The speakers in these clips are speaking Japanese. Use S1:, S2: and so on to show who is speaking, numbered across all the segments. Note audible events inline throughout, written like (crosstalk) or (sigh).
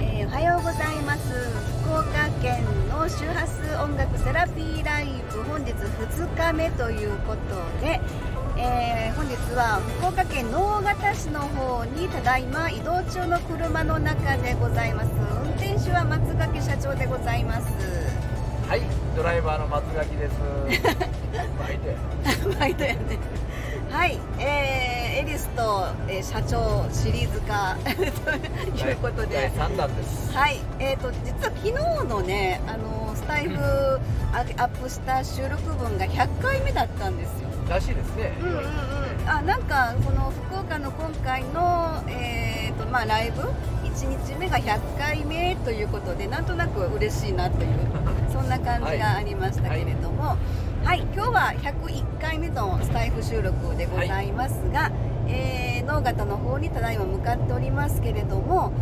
S1: えーおはようございます福岡県の周波数音楽セラピーライブ本日2日目ということで、えー本日は福岡県直方市の方にただいま移動中の車の中でございます運転手は松垣社長でございます
S2: はい、ドライバーの松垣です。
S1: (laughs)
S2: 巻いて。
S1: 毎度やねはい、えー、エリスと、えー社長シリーズ化 (laughs) ということで、
S2: 第三弾です。
S1: はい、えー、と実は昨日のねあのスタイフ
S2: うん
S1: あアップした収録分が100回目だったんですよ。
S2: らしいですね。
S1: うんうんうん、あなんかこの福岡の今回の、えーとまあ、ライブ1日目が100回目ということでなんとなく嬉しいなと (laughs) いうそんな感じがありましたけれども、はい今日は101回目のスタイフ収録でございますが、えー直方の方にただいま向かっておりますけれども、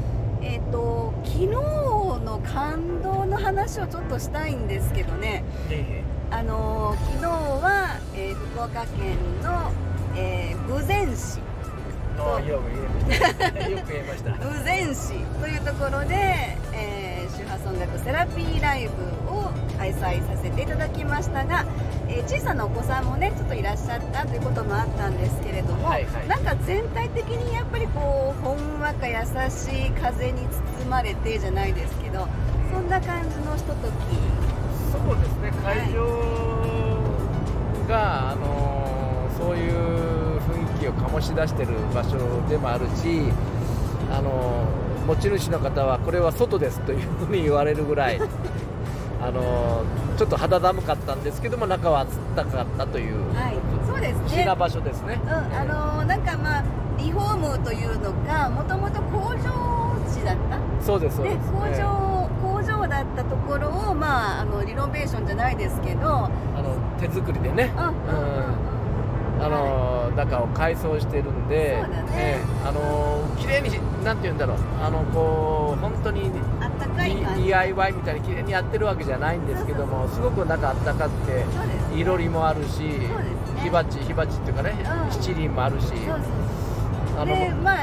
S1: えー、と昨日の感動の話をちょっとしたいんですけどね。
S2: いえいえ
S1: あのー昨日は、えー福岡県の、えー、豊前市
S2: ああよく言えま
S1: (laughs)
S2: した。よく言えました。は
S1: 豊前市というところで、えー周波数音楽セラピーライブを開催させていただきましたが、えー小さなお子さんもねちょっといらっしゃったということもあったんですけれども、
S2: いはい。
S1: なんか全体的にやっぱりこうほんわか優しい風に包まれてじゃないですけどそんな感じのひととき
S2: そうですね。
S1: はい
S2: 会場があのーそういう雰囲気を醸し出してる場所でもあるし、あのー持ち主の方はこれは外ですというふうに言われるぐら
S1: (laughs)
S2: い。あのーちょっと肌寒かったんですけども中は暖かかったという、
S1: はいそうです
S2: 不思
S1: ね
S2: 議な場所ですね。
S1: うん、あのーなんかまあリフォームというのかもともと工場地だった、
S2: そうですそう
S1: ね
S2: です、
S1: 工
S2: ええ
S1: 場工場だったところを、まあ、あのリノベーションじゃないですけど
S2: あの手作りでね、
S1: うんうんうんうん
S2: あの中を改装してるんで、
S1: そうだね
S2: ええあの綺麗にしなんて言うんだろう、あのこう本当に
S1: あったかい感
S2: D-
S1: じ
S2: DIY みたいに綺麗にやってるわけじゃないんですけども、すごく中あったかくて、
S1: そうです
S2: いろりもあるし
S1: そうですね、
S2: 火鉢火鉢っていうかね
S1: うん、
S2: 七輪もあるし、
S1: そうそう
S2: あ
S1: そうで
S2: の
S1: まあ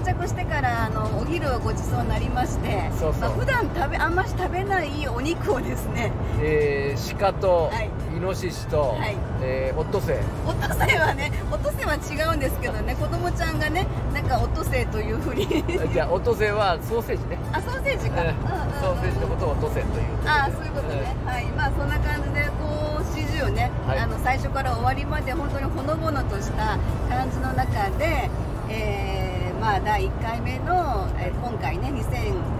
S1: 到着してからあのお昼をごちそうになりまして
S2: そうそう
S1: まあ、普段食べあんまし食べないお肉をですね (laughs)
S2: えー鹿と
S1: はい
S2: イノシシと
S1: はい
S2: えーオットセイ、
S1: おとせはねおとせは違うんですけどね子供ちゃんがねなんかおとせというふうに (laughs)
S2: じゃあオットセイはソーセージね、
S1: あソーセージ
S2: え
S1: か、うんうんうん
S2: ーソーセージのことをオットセイという。
S1: ああそういうことね、はいまあそんな感じでこう指示をね、
S2: はい
S1: あの最初から終わりまで本当にほのぼのとした感じの中で、えーまあ第1回目の、えー今回ね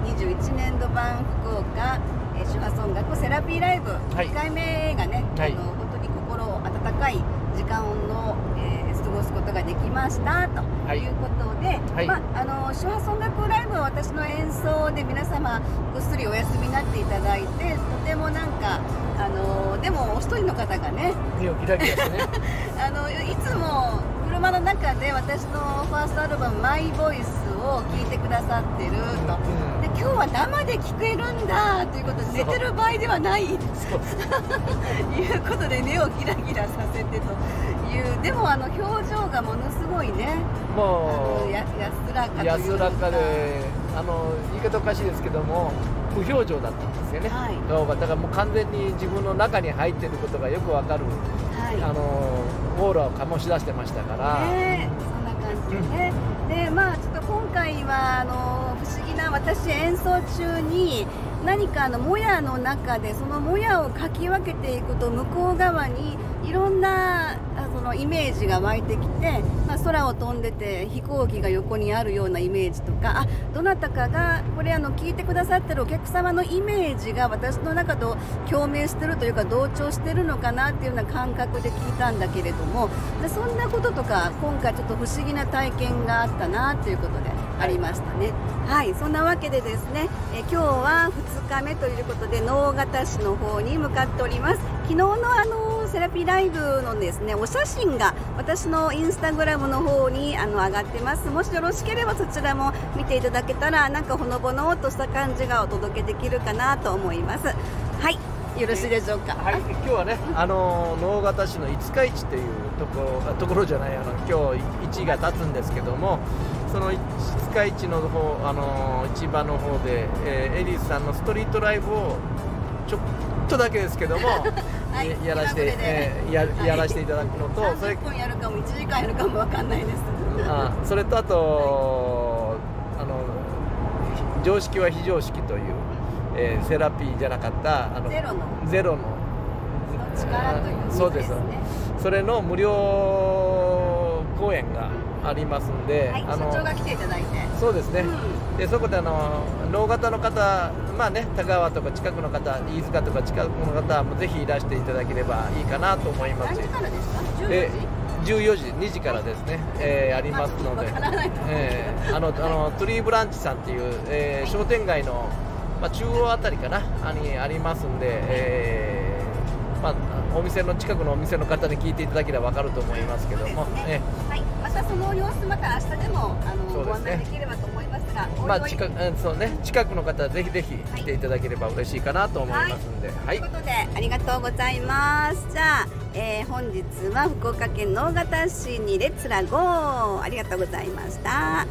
S1: 2021年度版福岡えー手話音楽セラピーライブ、
S2: い
S1: 1回目がね、
S2: はい
S1: あの本当に心温かい時間の、えー過ごすことができましたと
S2: はい
S1: いうことで、
S2: はい
S1: まあ、あの手話音楽ライブは私の演奏で皆様ぐっすりお休みになっていただいてとてもなんかあのでもお一人の方がね
S2: 目をギラギラしてね
S1: あのいつも車の中で私のファーストアルバム「マイボイスを聴いてくださってると。で今日は生で聞けるんだということで寝てる場合ではないと (laughs)
S2: そう
S1: いうことで目をギラギラさせてというでもあの表情がものすごいねあ
S2: も
S1: のや安らか
S2: う
S1: という
S2: 安
S1: から
S2: かであの言い方おかしいですけども無表情だったんですよね、
S1: はい
S2: だからだからもう完全に自分の中に入ってることがよくわかる、
S1: はい
S2: あのオーラを醸し出してましたから、
S1: ねえそんな感じでね、でまあちょっと今回はあの不思議な私演奏中に何かあのもやの中でそのもやをかき分けていくと向こう側にいろんなあそのイメージが湧いてきて、まあ、空を飛んでて飛行機が横にあるようなイメージとかあどなたかがこれあの聞いてくださってるお客様のイメージが私の中と共鳴してるというか同調してるのかなっていうような感覚で聞いたんだけれどもでそんなこととか今回ちょっと不思議な体験があったなということでありましたねはいそんなわけでですねえ今日は2日目ということで直方市の方に向かっております昨日のあのセラピーライブのですねお写真が私のインスタグラムの方にあの上がってますもしよろしければそちらも見ていただけたらなんかほのぼのっとした感じがお届けできるかなと思いますはいよろしいでしょうか、
S2: はい、今日はね、あの直方市の五日市というところあところじゃないあの今日市が立つんですけどもその五日市の方あの市場の方で、えーエリスさんのストリートライブをちょっとだけですけども、
S1: (laughs) はい
S2: えやらせて、
S1: 今これで
S2: えーや
S1: はい
S2: やらせていただくのと、それ
S1: 30分やるかも1時間やるかもわかんないです
S2: あそれとあと、あの常識は非常識という、えーセラピーじゃなかったあの
S1: ゼロの
S2: ゼロの
S1: 力という意味ですね
S2: そうですそれの無料公演がありますんで、
S1: はい
S2: あの
S1: 所長が来ていただいて
S2: そうですね、
S1: う
S2: でそこであの老方の方まあね田川とか近くの方飯塚とか近くの方もぜひいらしていただければいいかなと思います
S1: 何
S2: し
S1: 時からですか
S2: え
S1: 14時
S2: 14時2時からですね、えーありますの
S1: まあ
S2: で
S1: わからないと思うけど
S2: えーあのあのトリーブランチさんっていう、えー商店街の、まあ、中央あたりかなあにありますんで、えーまあ、お店の近くのお店の方に聞いていただければ分かると思いますけども、
S1: そうです
S2: え
S1: ねはい、またその様子また明日でもあの
S2: そ
S1: ご
S2: うです
S1: 案
S2: ね
S1: 内できればと思いますが、
S2: ー
S1: おいおい
S2: まあ、近くうんそうね、近くの方はぜひぜひ来ていただければ嬉しいかなと思いますんで、
S1: と
S2: はいいう
S1: ことでありがとうございますじゃあ、えー本日は福岡県直方市にレッツラゴーありがとうございました